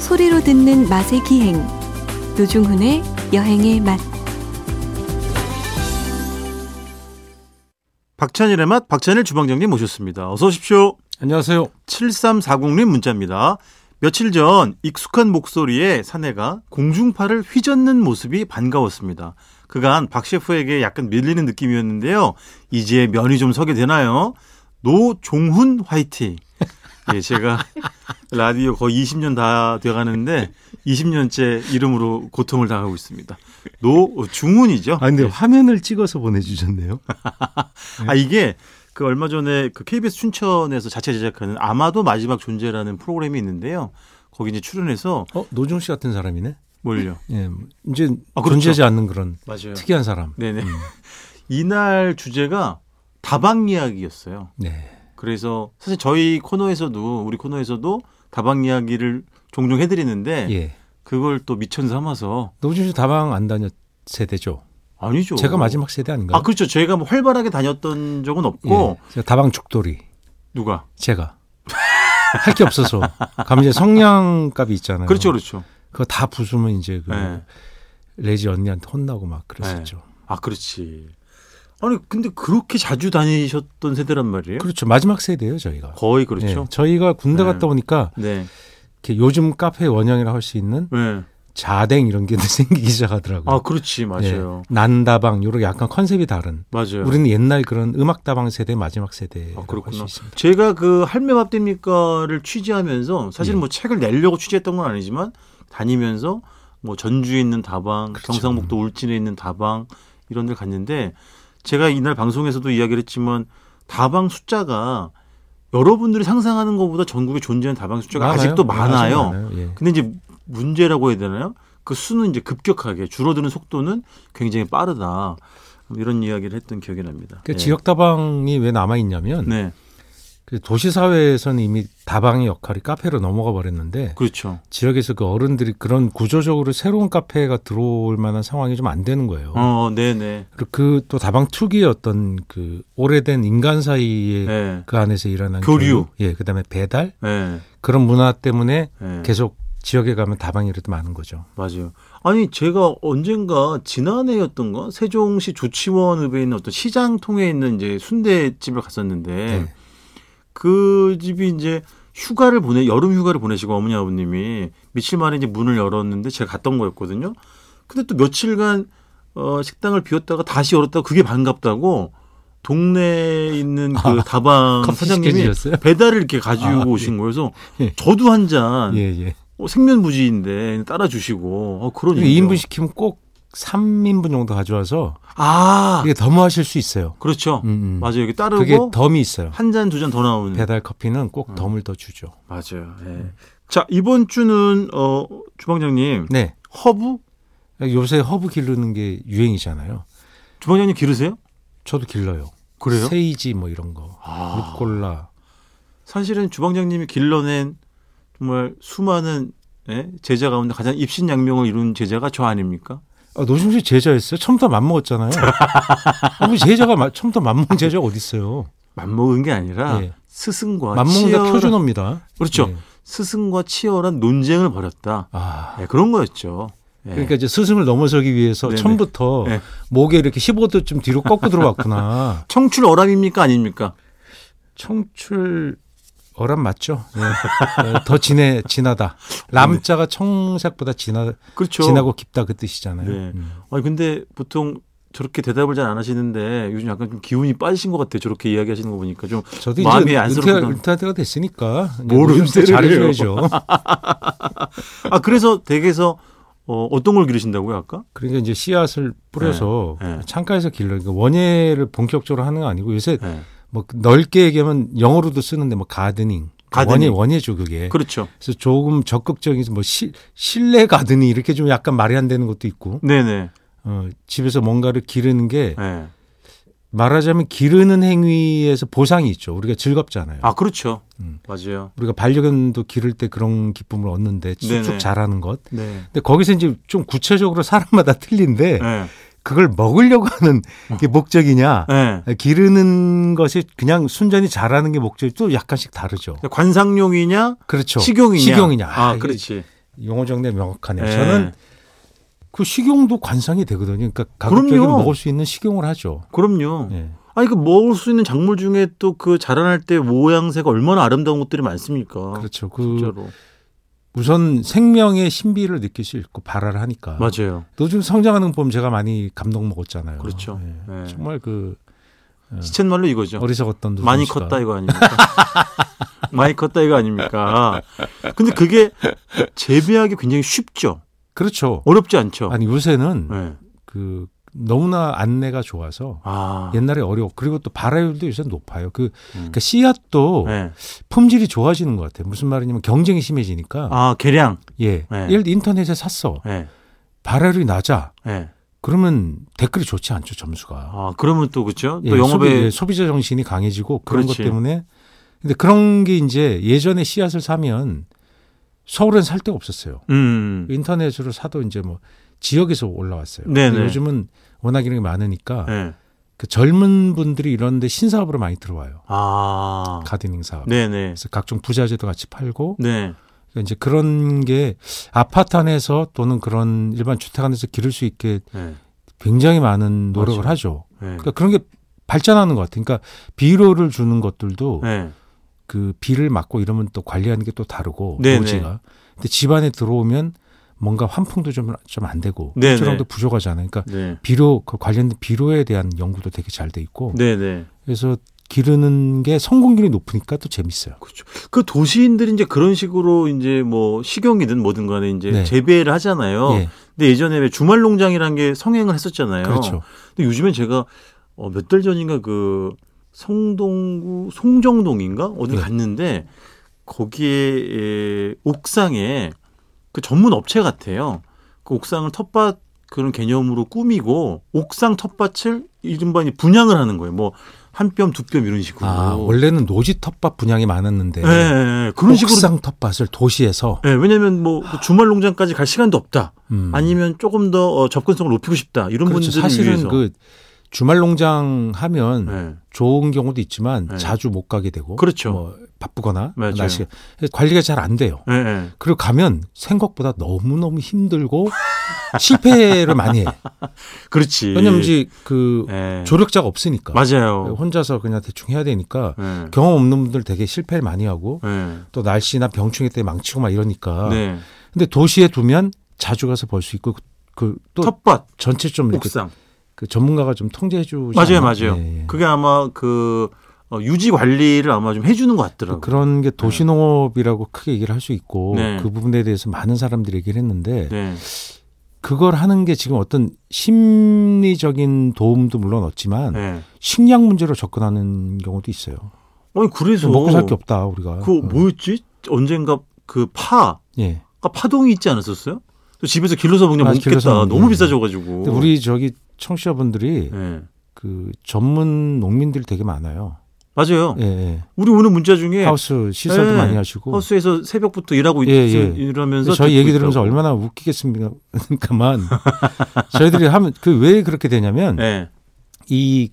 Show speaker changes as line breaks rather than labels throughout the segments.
소리로 듣는 맛의 기행 노중훈의 여행의 맛
박찬일의 맛 박찬일 주방장님 모셨습니다. 어서 오십시오.
안녕하세요.
7340님 문자입니다. 며칠 전 익숙한 목소리에 사내가 공중파를 휘젓는 모습이 반가웠습니다. 그간 박 셰프에게 약간 밀리는 느낌이었는데요. 이제 면이 좀 서게 되나요? 노종훈 화이팅. 예, 제가 라디오 거의 20년 다 돼가는데 20년째 이름으로 고통을 당하고 있습니다. 노중훈이죠.
아 근데 화면을 찍어서 보내주셨네요. 네.
아 이게 그 얼마 전에 그 KBS 춘천에서 자체 제작하는 아마도 마지막 존재라는 프로그램이 있는데요. 거기 이제 출연해서
어 노중 씨 같은 사람이네.
뭘요?
예, 이제
아, 그렇죠.
존재하지 않는 그런
맞아요.
특이한 사람.
네네. 이날 주제가 다방 이야기였어요.
네.
그래서 사실 저희 코너에서도 우리 코너에서도 다방 이야기를 종종 해드리는데
예.
그걸 또 미천 삼아서
노중 씨 다방 안 다녔 세대죠.
아니죠.
제가 마지막 세대 아닌가요?
아 그렇죠. 저희가 뭐 활발하게 다녔던 적은 없고
예. 제가 다방 죽돌이.
누가
제가 할 게 없어서. 가면 이제 성냥갑이 있잖아요.
그렇죠, 그렇죠.
그거 다 부수면 이제 그
예.
레지 언니한테 혼나고 막 그랬었죠.
아 그렇지. 아니 근데 그렇게 자주 다니셨던 세대란 말이에요?
그렇죠. 마지막 세대예요 저희가.
거의 네. 그렇죠.
예, 저희가 군대
네.
갔다 오니까
네.
이렇게 요즘 카페 원형이라 할 수 있는
네.
자댕 이런 게 생기기 시작하더라고요.
아 그렇지 맞아요.
예, 난다방 요런 약간 컨셉이 다른.
맞아요.
우리는 옛날 그런 음악 다방 세대 마지막 세대.
아,
고
그렇구나.
할수 있습니다.
제가 그 할매밥 됩니까를 취재하면서 사실
예.
뭐 책을 내려고 취재했던 건 아니지만 다니면서 뭐 전주에 있는 다방,
그렇죠.
경상북도 울진에 있는 다방 이런 데를 갔는데 제가 이날 방송에서도 이야기를 했지만 다방 숫자가 여러분들이 상상하는 것보다 전국에 존재하는 다방 숫자가 아직도 많아요.
아직 많아요. 예.
근데 이제 문제라고 해야 되나요? 그 수는 이제 급격하게 줄어드는 속도는 굉장히 빠르다. 이런 이야기를 했던 기억이 납니다.
그
예.
지역 다방이 왜 남아 있냐면
네,
그 도시 사회에서는 이미 다방의 역할이 카페로 넘어가 버렸는데
그렇죠.
지역에서 그 어른들이 그런 구조적으로 새로운 카페가 들어올 만한 상황이 좀 안 되는 거예요.
어, 네, 네,
그리고 그 또 다방 특유의 어떤 그 오래된 인간 사이의
네,
그 안에서 일어나는
교류.
예, 그다음에 배달
네,
그런 문화 때문에
네.
계속 지역에 가면 다방이 이렇게 많은 거죠.
맞아요. 아니 제가 언젠가 지난해였던가 세종시 조치원읍에 있는 어떤 시장 통에 있는 이제 순대집을 갔었는데
네.
그 집이 이제 휴가를 보내 여름 휴가를 보내시고 어머니 아버님이 며칠 만에 이제 문을 열었는데 제가 갔던 거였거든요. 근데 또 며칠간 어 식당을 비웠다가 다시 열었다가 그게 반갑다고 동네에 있는 그
아,
다방
커피
사장님이
시켜주셨어요?
배달을 이렇게 가지고
아,
오신 거여서
예.
저도 한 잔 어,
예, 예.
생면부지인데 따라 주시고 어, 그런
그리고
일이죠.
2인분 시키면 꼭 3인분 정도 가져와서
아
그게 덤하실 수 있어요.
그렇죠
예. 음, 음.
맞아요 음. 이게 따르고
그게 덤이 있어요.
한 잔 두 잔 더 나오는
배달 커피는 꼭 덤을 더 주죠.
맞아요. 예. 자 이번 주는 어 주방장님
네.
허브
요새 허브 기르는 게 유행이잖아요.
주방장님 기르세요?
저도 길러요.
그래요?
세이지 뭐 이런 거.
아.
루꼴라.
사실은 주방장님이 길러낸 정말 수많은 예? 제자 가운데 가장 입신양명을 이룬 제자가 저 아닙니까?
아, 노심 씨 제자였어요? 처음부터 맘먹었잖아요. 아, 뭐 제자가 마- 처음부터 맘먹은 제자 어디 있어요?
맞먹은 게 아니라
예.
스승과
맘먹는 게
치열한
표준어입니다.
그렇죠.
예.
스승과 치열한 논쟁을 벌였다.
아.
예, 그런 거였죠. 예.
그러니까 이제 스승을 넘어서기 위해서
네네.
처음부터
네.
목에 이렇게 15도쯤 뒤로 꺾고 들어왔구나.
청출 어람입니까 아닙니까?
청출 어람 맞죠? 네. 어, 더 진해 진하다. 람자가 청색보다 진하
그렇죠.
진하고 깊다 그 뜻이잖아요.
네.
음.
아니 근데 보통 저렇게 대답을 잘 안 하시는데 요즘 약간 좀 기운이 빠지신 것 같아요. 저렇게 이야기하시는 거 보니까 좀
저도
마음이
이제 은퇴할,
안쓰럽구나.
은퇴할 때가 됐으니까 이제
뭘
노중 씨
은퇴를 해요.
잘해줘야죠.
아 그래서 댁에서 어, 어떤 걸 기르신다고요 아까?
그러니까 이제 씨앗을 뿌려서
네, 네.
창가에서 길러 그러니까 원예를 본격적으로 하는 거 아니고 요새
네.
뭐 넓게 얘기하면 영어로도 쓰는데 뭐 가드닝,
가드닝.
원예 원예죠 그게.
그렇죠.
그래서 조금 적극적인 뭐 시- 실내 가드니 이렇게 좀 약간 말이 안 되는 것도 있고
네네.
어, 집에서 뭔가를 기르는 게
네.
말하자면 기르는 행위에서 보상이 있죠. 우리가 즐겁잖아요.
아 그렇죠.
음.
맞아요.
우리가 반려견도 기를 때 그런 기쁨을 얻는데
네네.
쭉쭉 자라는 것.
네.
근데 거기서 이제 좀 구체적으로 사람마다 틀린데
네. 어.
그걸 먹으려고 하는 게 목적이냐
네.
기르는 것이 그냥 순전히 자라는 게 목적이 또 약간씩 다르죠.
네. 관상용이냐
그렇죠.
그러니까 식용이냐?
식용이냐.
아
이게
그렇지.
용어 정리 명확하네요.
예.
저는 그 식용도 관상이 되거든요. 그러니까 가급적이면
그럼요.
먹을 수 있는 식용을 하죠.
그럼요.
예.
아니 그 먹을 수 있는 작물 중에 또 그 자라날 때 모양새가 얼마나 아름다운 것들이 많습니까?
그렇죠. 그
진짜로.
우선 생명의 신비를 느낄 수 있고 발화를 하니까.
맞아요.
요즘 성장하는 봄 제가 많이 감동 먹었잖아요.
그렇죠.
예.
예.
정말 그
시쳇말로 이거죠.
어리석었던 누군가.
많이 컸다 이거 아닙니까? 많이 컸다 이거 아닙니까? 근데 그게 재배하기 굉장히 쉽죠.
그렇죠.
어렵지 않죠.
아니 요새는
네.
그 너무나 안내가 좋아서
아,
옛날에 어려워. 그리고 또 발화율도 요새 높아요. 그
음.
그러니까 씨앗도
네.
품질이 좋아지는 것 같아요. 무슨 말이냐면 경쟁이 심해지니까.
아 계량.
예.
네.
예를 들어 인터넷에 샀어.
네.
발화율이 낮아.
네.
그러면 댓글이 좋지 않죠, 점수가.
아 그러면 또 그렇죠. 또
예,
영업에
소비, 자 정신이 강해지고 그런
그렇지.
것 때문에. 근데 그런 게 이제 예전에 씨앗을 사면 서울엔 살 데가 없었어요.
음.
예. 인터넷으로 사도 이제 뭐 지역에서 올라왔어요.
네네.
근데 요즘은 워낙 이런 게 많으니까
네.
그 젊은 분들이 이런데 신사업으로 많이 들어와요.
아.
가디닝 사업.
네네.
그래서 각종 부자재도 같이 팔고
네.
그러니까 이제 그런 게 아파트 안에서 또는 그런 일반 주택 안에서 기를 수 있게
네.
굉장히 많은 노력을
맞아요.
하죠.
네.
그러니까 그런 게 발전하는 것 같아요. 그러니까 비료를 주는 것들도
네.
그 비를 맞고 이러면 또 관리하는 게 또 다르고
네네.
노지가. 근데 집안에 들어오면 뭔가 환풍도 좀 좀 안 되고
네네.
수량도 부족하잖아요. 그러니까
네.
비료 그 관련된 비료에 대한 연구도 되게 잘 돼 있고
네네.
그래서 기르는 게 성공률이 높으니까 또 재밌어요.
그 도시인들이 이제 그런 식으로 이제 뭐 식용이든 뭐든 간에 이제
네.
재배를 하잖아요.
예,
근데 예전에 왜 주말 농장이라는 게 성행을 했었잖아요.
그렇죠.
근데 요즘엔 제가 어, 몇 달 전인가 그 성동구 송정동인가 어디
네.
갔는데 거기에 에, 옥상에 그 전문 업체 같아요. 그 옥상을 텃밭 그런 개념으로 꾸미고 옥상 텃밭을 이른바 이제 분양을 하는 거예요. 뭐 한 뼘 두 뼘 이런 식으로.
아 원래는 노지 텃밭 분양이 많았는데
예, 예, 예. 그런 식으로.
옥상 텃밭을 도시에서
예, 왜냐면 뭐그 주말 농장까지 갈 시간도 없다.
음,
아니면 조금 더 어, 접근성을 높이고 싶다. 이런
그렇죠.
분들을
사실은
위해서.
그 주말 농장 하면
예.
좋은 경우도 있지만
네.
자주 못 가게 되고
그렇죠.
뭐 바쁘거나
맞아요.
날씨가 그래서 관리가 잘 안 돼요.
예, 예.
그리고 가면 생각보다 너무 너무 힘들고 실패를 많이 해.
그렇지.
왜냐면 이제 그
예.
조력자가 없으니까
맞아요.
혼자서 그냥 대충 해야 되니까
예.
경험 없는 분들 되게 실패를 많이 하고
예.
또 날씨나 병충해 때 망치고 막 이러니까.
네.
근데 도시에 두면 자주 가서 볼 수 있고 그 또
텃밭
전체 좀 이렇게
옥상.
그 전문가가 좀 통제해 주지
맞아요,
않나?
맞아요.
예, 예.
그게 아마 그 어, 유지 관리를 아마 좀 해주는 것 같더라고요.
그런 게 도시농업이라고 크게 얘기를 할 수 있고
네.
그 부분에 대해서 많은 사람들이 얘기를 했는데
네.
그걸 하는 게 지금 어떤 심리적인 도움도 물론 얻지만
네.
식량 문제로 접근하는 경우도 있어요.
아니 그래서
먹고 살 게 없다 음. 우리가.
그 뭐였지? 언젠가 그 파,
어. 예.
아, 파동이 있지 않았었어요? 또 집에서 길러서 먹냐
아, 길러서
먹겠다.
먹는
너무
거.
비싸져가지고.
근데 우리 저기 청취자분들이
예.
그 전문 농민들이 되게 많아요.
맞아요.
예, 예.
우리 오늘 문자 중에
하우스 시설도
예.
많이 하시고.
하우스에서 새벽부터 일하고 있,
예, 예.
일하면서
저희
듣고
얘기 들으면서
있다고.
얼마나 웃기겠습니까? 그러니까만 저희들이 하면 그 왜 그렇게 되냐면
예.
이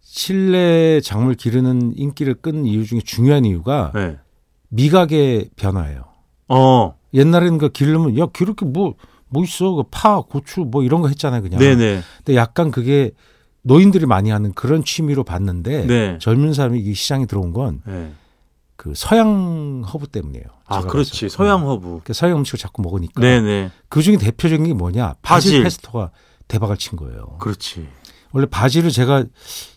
실내 작물 기르는 인기를 끈 이유 중에 중요한 이유가
예.
미각의 변화예요.
어.
옛날에는 그 기르면 야 기르게 뭐뭐 있어 그파 고추 뭐 이런 거 했잖아요 그냥.
네네.
근데 약간 그게 노인들이 많이 하는 그런 취미로 봤는데
네.
젊은 사람이 이 시장에 들어온 건 그
예.
서양 허브 때문이에요.
아,
제가
그렇지.
봐서.
서양 허브.
그러니까 서양 음식을 자꾸 먹으니까
네네.
그 중에 대표적인 게 뭐냐 바질,
바질.
페스토가 대박을 친 거예요.
그렇지.
원래 바질을 제가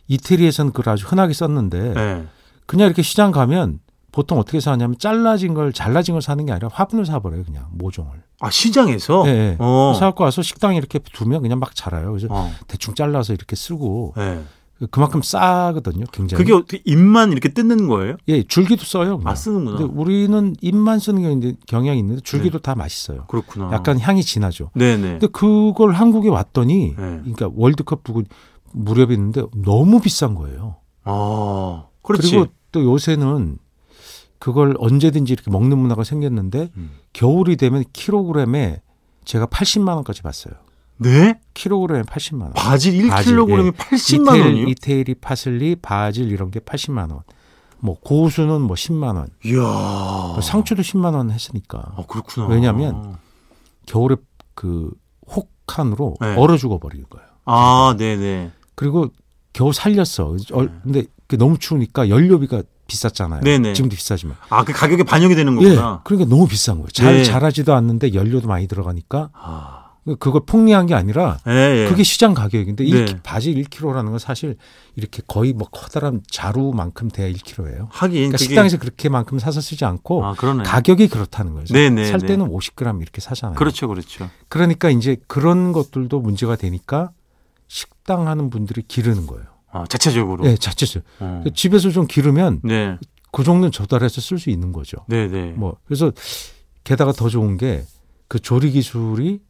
이태리에서는 그걸 아주 흔하게 썼는데
예.
그냥 이렇게 시장 가면 보통 어떻게 사냐면 잘라진 걸 잘라진 걸 사는 게 아니라 화분을 사버려요 그냥 모종을
아, 시장에서?
예, 예.
어.
사갖고 와서 식당에 이렇게 두면 그냥 막 자라요 그래서
어.
대충 잘라서 이렇게 쓰고
예.
그만큼 싸거든요 굉장히
그게 어떻게 입만 이렇게 뜯는 거예요?
예 줄기도 써요 그냥.
아, 쓰는구나.
근데 우리는 입만 쓰는 경향이- 경향이 있는데 줄기도 다 맛있어요
그렇구나.
약간 향이 진하죠
네. 아. 네네. 네.
근데 그걸 한국에 왔더니 그러니까 월드컵 두고 무렵에 있는데 너무 비싼 거예요.
아, 그렇지.
리고또 요새는 그걸 언제든지 이렇게 먹는 문화가 생겼는데
음.
겨울이 되면 킬로그램에 제가 80만 원까지 봤어요.
네?
킬로그램에 80만 원.
바질
바질, 예.
1kg이 80만
이태리,
원이요?
이태리 파슬리, 바질 이런 게 80만 원. 뭐 고수는 뭐 10만 원, 그
이야.
상추도 10만 원 했으니까
아, 그렇구나.
왜냐면 겨울에 그 혹한으로
네.
얼어 죽어 버리는 거예요.
아, 네네.
그리고 겨우 살렸어. 어, 근데 그게 너무 추우니까 연료비가 비쌌잖아요.
네. 네네.
지금도 비싸지만.
아, 그 가격에 반영이 되는
예.
거구나.
그러니까 너무 비싼 거예요. 잘
네.
자라지도 않는데 연료도 많이 들어가니까
아,
그걸 폭리한 게 아니라
예, 예.
그게 시장 가격인데
네.
1kg, 바지 1kg라는 건 사실 이렇게 거의 뭐 커다란 자루만큼 돼야 1kg예요.
하긴 그게
그러니까 식당에서 그렇게만큼 사서 쓰지 않고
아, 그러네.
가격이 그렇다는 거죠.
네네,
살
네.
때는 50g 이렇게 사잖아요.
그렇죠, 그렇죠.
러니까 이제 그런 것들도 문제가 되니까 식당 하는 분들이 기르는 거예요.
아, 자체적으로.
예, 자체적으로.
어.
그러니까 집에서 좀 기르면
네,
그 정도는 조달해서 쓸 수 있는 거죠.
네, 네.
뭐 그래서 게다가 더 좋은 게 그 조리 기술이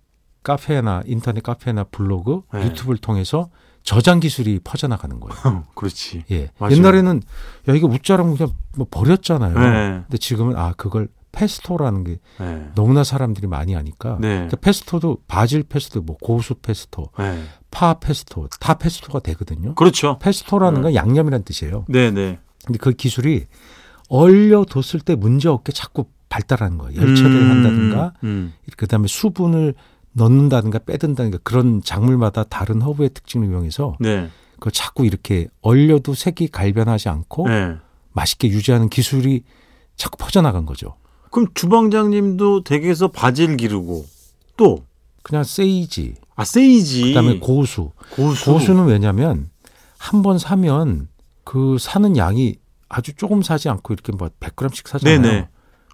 카페나 인터넷 카페나 블로그
네.
유튜브를 통해서 저장 기술이 퍼져나가는 거예요.
어, 그렇지.
예.
맞아요.
옛날에는 야 이거 웃자라고 그냥 뭐 버렸잖아요.
네.
근데 지금은 아 그걸 페스토라는 게
네.
너무나 사람들이 많이 하니까
네.
그러니까 페스토도 바질 페스토, 뭐 고수 페스토,
네.
파 페스토, 다 페스토가 되거든요.
그렇죠.
페스토라는
네.
건 양념이란 뜻이에요.
네, 네.
근데 그 기술이 얼려뒀을 때 문제 없게 자꾸 발달하는 거예요. 열처리를
음,
한다든가,
음.
그다음에 수분을 넣는다든가 빼든다든가 그런 작물마다 다른 허브의 특징을 이용해서
네.
그걸 자꾸 이렇게 얼려도 색이 갈변하지 않고
네.
맛있게 유지하는 기술이 자꾸 퍼져나간 거죠.
그럼 주방장님도 댁에서 바질 기르고 또
그냥 세이지,
아, 세이지.
그다음에 고수.
고수.
고수는 왜냐면 한 번 사면 그 사는 양이 아주 조금 사지 않고 이렇게 뭐 100g씩 사잖아요.
네네.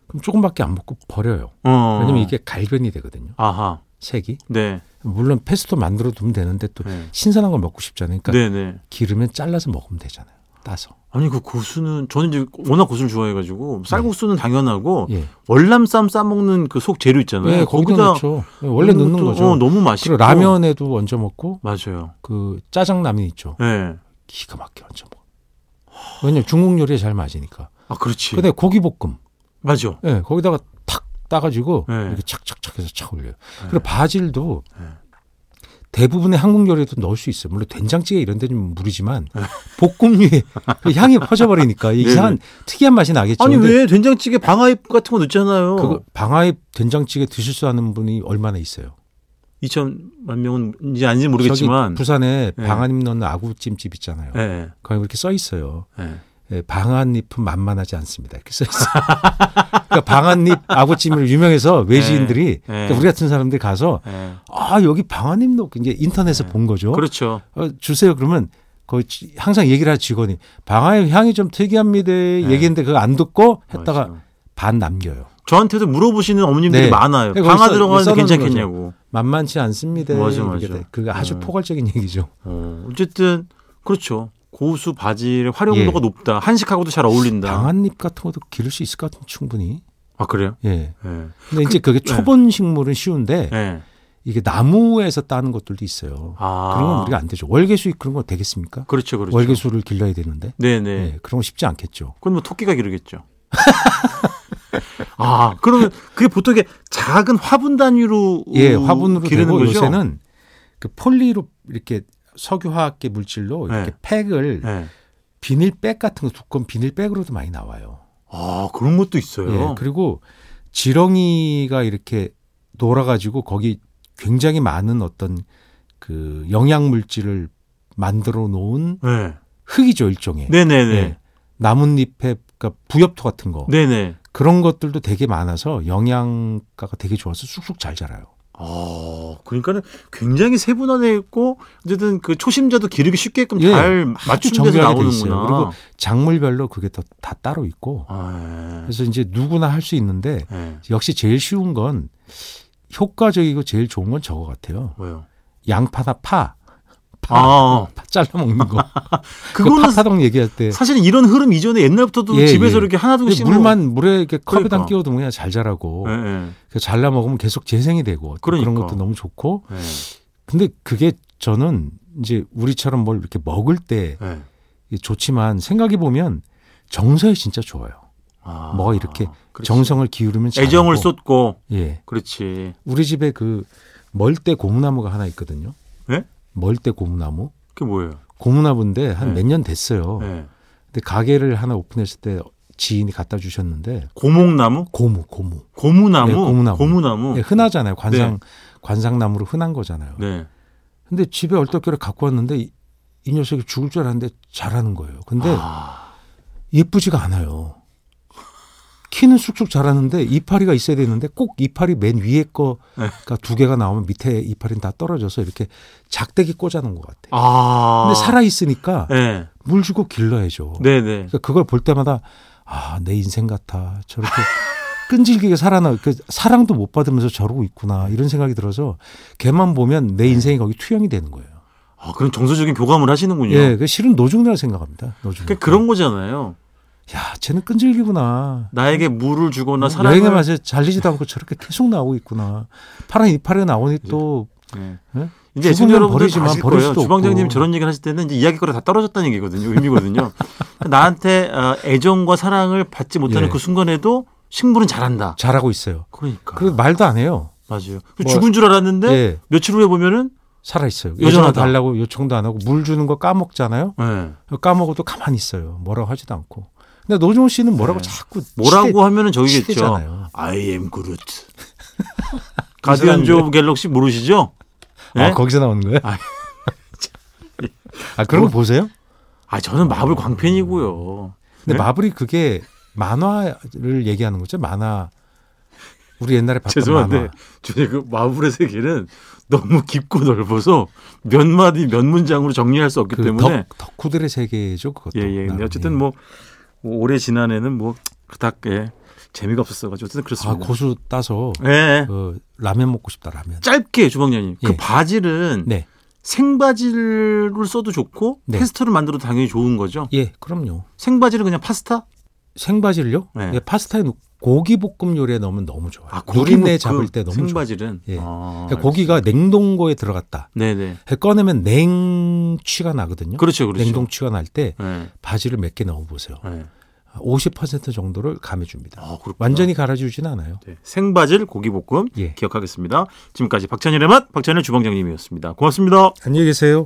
그럼 조금밖에 안 먹고 버려요.
어.
왜냐면 이게 갈변이 되거든요.
아하.
색이.
네.
물론 페스토 만들어 두면 되는데 또
네.
신선한 걸 먹고 싶잖아요. 그러니까
네, 네.
기르면 잘라서 먹으면 되잖아요. 따서.
아니 그 고수는 저는 이제 워낙 고수를 좋아해가지고 쌀국수는 당연하고
예.
월남쌈 싸먹는 그 속 재료 있잖아요.
네, 거기다 넣죠. 예, 원래
넣는
넣는
것도,
거죠.
어, 너무 맛있고
그리고 라면에도 얹어 먹고
맞아요.
그 짜장라면 있죠.
예.
기가 막히게 얹어 먹어. 왜냐면 중국 요리에 잘 맞으니까.
아 그렇지.
근데 고기 볶음.
맞아.
예, 거기다가 탁 따가지고
네.
이렇게 착착착 해서 착 올려요.
네.
그리고 바질도
네.
대부분의 한국 요리에도 넣을 수 있어요. 물론 된장찌개 이런 데는 무리지만 볶음류에 그 향이 퍼져버리니까
네네.
이상한 특이한 맛이 나겠죠.
아니
근데
왜 된장찌개 방아잎 같은 거 넣잖아요.
그거 방아잎 된장찌개 드실 수 아는 분이 얼마나 있어요?
2천만 명은 이제 아닌지 모르겠지만.
저기 부산에
네.
방아잎 넣는 아구찜집 있잖아요.
예.
거기 그렇게 써 있어요.
예.
예, 방아잎은 만만하지 않습니다. 이렇게 써 있어요. 그러니까 방아잎 아구찜으로 유명해서 외지인들이
네.
그러니까 우리 같은 사람들이 가서
예.
아 여기 방아잎 넣고 이제 인터넷에 본 거죠.
그렇죠.
어, 주세요. 그러면 거의 지- 항상 얘기를 할 직원이 방아잎 향이 좀 특이합니다. 얘기했는데 그거 안 듣고 했다가
네. 맞아요.
반 남겨요.
저한테도 물어보시는 어머님들이
네.
많아요.
네,
방아
거기서
들어가는데
써놓은
괜찮겠냐고.
만만치 않습니다.
맞아,
이렇게
맞아.
돼. 그게 아주
음.
포괄적인 얘기죠.
어, 어쨌든 그렇죠. 고수 바질의 활용도가
예.
높다. 한식하고도 잘 어울린다.
방아잎 같은 것도 기를 수 있을 것 같은 충분히.
아 그래요? 예.
예. 근데 이제 그게 초본 식물은 쉬운데
예.
이게 나무에서 따는 것들도 있어요.
아.
그런 건 우리가 안 되죠. 월계 수익 그런 거 되겠습니까?
그렇죠, 그렇죠.
월계수를 길러야 되는데.
네네.
예, 그런 거 쉽지 않겠죠.
그건 뭐 토끼가 기르겠죠. 아, 그러면 그게 보통 이게 작은 화분 단위로
예, 화분으로
음, 기르는
되고
거죠.
요새는 그 폴리로 이렇게 석유화학계 물질로
네.
이렇게 팩을
예.
비닐백 같은 거 두꺼운 비닐백으로도 많이 나와요.
아, 그런 것도 있어요.
예, 그리고 지렁이가 이렇게 놀아가지고 거기 굉장히 많은 어떤 그 영양 물질을 만들어 놓은
네.
흙이죠 일종의
네네네.
예, 나뭇잎에 그러니까 부엽토 같은 거
네네.
그런 것들도 되게 많아서 영양가가 되게 좋아서 쑥쑥 잘 자라요.
아, 그러니까는 굉장히 세분화돼 있고 어쨌든 그 초심자도 기르기 쉽게끔
예,
잘
아주
맞춘 데서
정교하게 돼 있어요.
나오는구나.
그리고 작물별로 그게 더, 다 따로 있고
아,
그래서 이제 누구나 할 수 있는데
예. 예.
역시 제일 쉬운 건 효과적이고 제일 좋은 건 저거 같아요.
뭐요?
양파나 파. 파.
아,
파 잘라 먹는 거.
그거는
그 파파동 얘기할 때
사실은 이런 흐름 이전에 옛날부터도
예,
집에서
예.
이렇게 하나둘씩
근데
뭐-
물만 물에 이렇게 컵에다
그러니까.
끼워도 그냥 잘 자라고
예, 예.
그 잘라 먹으면 계속 재생이 되고 또 그런
그러니까.
것도 너무 좋고
예,
근데 그게 저는 이제 우리처럼 뭘 이렇게 먹을 때
예.
좋지만 생각해 보면 정서에 진짜 좋아요.
아,
뭐 이렇게
그렇지.
정성을 기울이면 잘하고.
애정을 쏟고
예.
그렇지.
우리 집에 그 멀대 고무나무가 하나 있거든요.
예?
멀대 고무나무.
그게 뭐예요?
고무나무인데 한
네.
몇 년 됐어요.
예.
근데 가게를 하나 오픈했을 때 지인이 갖다 주셨는데
고목나무,
고무 고무
고무나무,
네, 고무나무.
고무나무.
예,
네.
흔하잖아요. 관상 관상나무로 흔한 거잖아요. 근데 집에 얼떨결에 갖고 왔는데 이, 이 녀석이 죽을 줄 알았는데 잘하는 거예요. 근데
아,
예쁘지가 않아요. 키는 쑥쑥 자라는데 이파리가 있어야 되는데 꼭 이파리 맨
네.
위에 거가 두 개가 나오면 밑에 이파리는 다 떨어져서 이렇게 작대기 꽂아놓은 것 같아요.
아.
근데 살아 있으니까
네,
물 주고 길러야죠.
네, 네.
그러니까 그걸 볼 때마다 아 내 인생 같아 저렇게 끈질기게 살아나 그 사랑도 못 받으면서 저러고 있구나 이런 생각이 들어서 걔만 보면 내 인생이 거기 투영이 되는 거예요.
아, 그런 정서적인 교감을 하시는군요.
예, 그 실은 노중래라 생각합니다. 노중.
그러니까 그런 거잖아요.
야, 쟤는 끈질기구나.
나에게 물을 주거나 사랑을
여행의 맛에 잘리지도 않고 저렇게 계속 나오고 있구나. 파란 이파리 나오니 또
네.
예?
이제
죽으면
애청자 여러분들
버리지만
아실
버릴
거예요.
수도
주방장님
없고.
저런 얘기를 하실 때는 이제 이야기거리 다 떨어졌다는 얘기거든요. 의미거든요. 나한테 어, 애정과 사랑을 받지 못하는
예.
그 순간에도 식물은 잘한다.
잘하고 있어요.
그러니까.
그리고 말도 안 해요.
맞아요.
뭐-
죽은 줄 알았는데
예.
며칠 후에 보면은
살아 있어요.
여전하다.
예전에 달라고 요청도 안 하고 물 주는 거 까먹잖아요.
예.
까먹어도 가만히 있어요. 뭐라고 하지도 않고. 근데 노종 씨는 뭐라고
네.
자꾸
뭐라고
치대-
하면은 저기겠죠.
치대잖아요.
I am Groot. 가디언즈 오브 갤럭시 모르시죠? 예?
아, 거기서 나오는 거예요?
아,
아, 그런
뭐-
거 보세요?
아, 저는 마블 광팬이고요.
근데
네?
마블이 그게 만화를 얘기하는 거죠. 만화. 우리 옛날에 봤던
죄송한데
만화.
저희 그 마블의 세계는 너무 깊고 넓어서 몇 마디 몇 문장으로 정리할 수 없기
그
때문에
덕, 덕후들의 세계죠. 그것도.
예예. 근데
나름.
어쨌든 뭐, 뭐 올해 지난해는 뭐 그닥 예, 재미가 없었어가지고 어쨌든
아,
그렇습니다.
고수 따서
예, 예.
그 라면 먹고 싶다 라면.
짧게 주방장님 그
예.
바지는
네.
생바지를 써도 좋고
네.
페스토를 만들어도 당연히 좋은 거죠.
예, 그럼요.
생바지는 그냥 파스타?
생바지를요?
네.
예, 파스타에 넣- 고기 볶음 요리에 넣으면 너무 좋아요.
고기
누린내
볶음
잡을 때 너무 좋아요.
생바지는
예.
아,
그러니까 고기가 냉동고에 들어갔다.
네네
꺼내면 냉취가 나거든요.
그렇죠 그렇죠.
냉동취가 날 때
예.
바지를 몇 개 넣어 보세요.
예.
50% 정도를 감해 줍니다.
아, 그렇구나.
완전히 갈아주진 않아요.
네. 생바질 고기볶음
예.
기억하겠습니다. 지금까지 박찬일의 맛 박찬일 주방장님이었습니다. 고맙습니다.
안녕히 계세요.